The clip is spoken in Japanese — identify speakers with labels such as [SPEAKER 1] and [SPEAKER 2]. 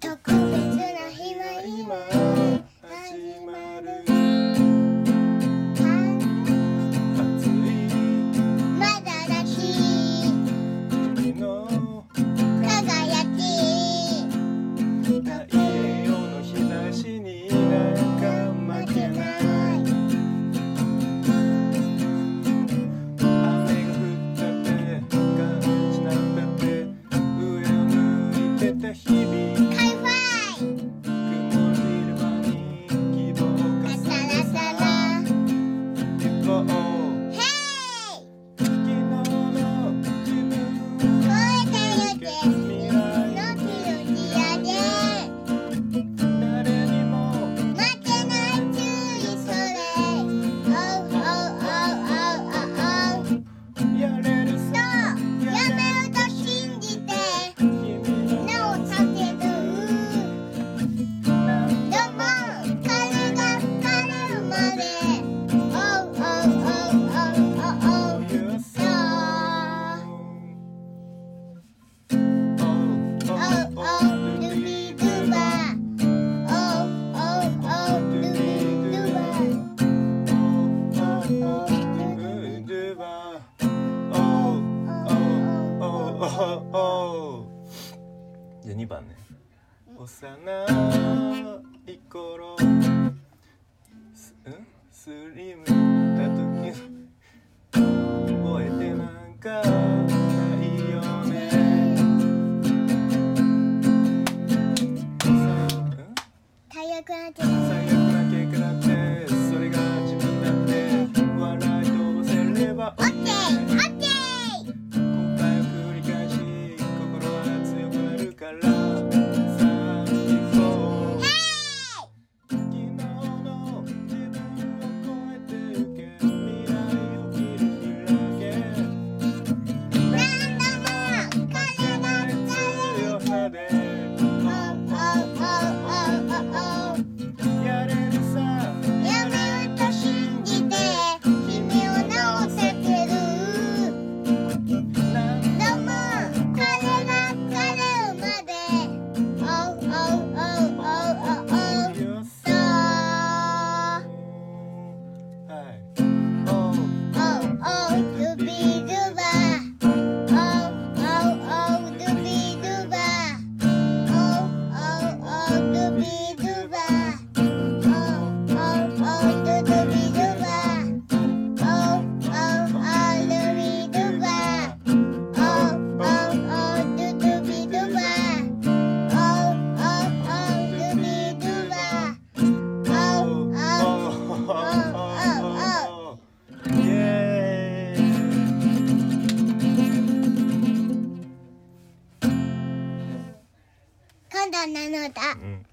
[SPEAKER 1] 特別な日は今始まる
[SPEAKER 2] 暑い
[SPEAKER 1] まだだし
[SPEAKER 2] 君の
[SPEAKER 1] 輝き
[SPEAKER 2] 太陽の日差しになんか負
[SPEAKER 1] 負け
[SPEAKER 2] けな
[SPEAKER 1] ないい
[SPEAKER 2] 雨が降ったって感じなんだって上向いてた日々
[SPEAKER 1] カイファイ
[SPEAKER 2] 曇る昼間に希望が
[SPEAKER 1] サ
[SPEAKER 2] さ
[SPEAKER 1] ラ
[SPEAKER 2] ら
[SPEAKER 1] サ
[SPEAKER 2] さら
[SPEAKER 1] ラ
[SPEAKER 2] 行こう
[SPEAKER 1] ヘイ
[SPEAKER 2] 昨日の自分
[SPEAKER 1] 超えてるぜ夢のキロキラで
[SPEAKER 2] 誰にも
[SPEAKER 1] 負けない注意それ Oh oh oh oh oh oh
[SPEAKER 2] やれる
[SPEAKER 1] そう
[SPEAKER 2] さ
[SPEAKER 1] やめると信じて
[SPEAKER 2] 君の
[SPEAKER 1] なお避ける
[SPEAKER 2] なん
[SPEAKER 1] ども彼が彼るまで Oh oh oh oh oh oh
[SPEAKER 2] という
[SPEAKER 1] そう
[SPEAKER 2] 「おうおうルビードゥバルビードゥバおうおうルビードゥバおうおうおうおうおう」じゃあ2番ね「幼い頃すんスリムだ時の」覚えてなんかないよねさん
[SPEAKER 1] 体力なんて
[SPEAKER 2] 最悪な結果だってそれが自分だって笑い飛ばせれば
[SPEAKER 1] オッケーオッケー
[SPEAKER 2] 後悔を繰り返し心は強くなるからさあ行こう昨日の自分を超えてゆけ未来を切り開け
[SPEAKER 1] 何度も彼が彼る「おうおうおうおうおう」「やめると信じて君を直せてる」「どうも彼が彼るまで」「おうおうおうおうおうおう」「そう」「おうおうルビールバー」「おうおうおうルビールバー」「おうおうおうルビールバー」Oh, oh, oh, do do be do ba. Oh, oh, oh, do be do ba. Oh, oh, oh, do do be do ba. Oh, oh, oh, do be do ba. Oh, oh, Kanda なのだ。Mm.
[SPEAKER 2] うん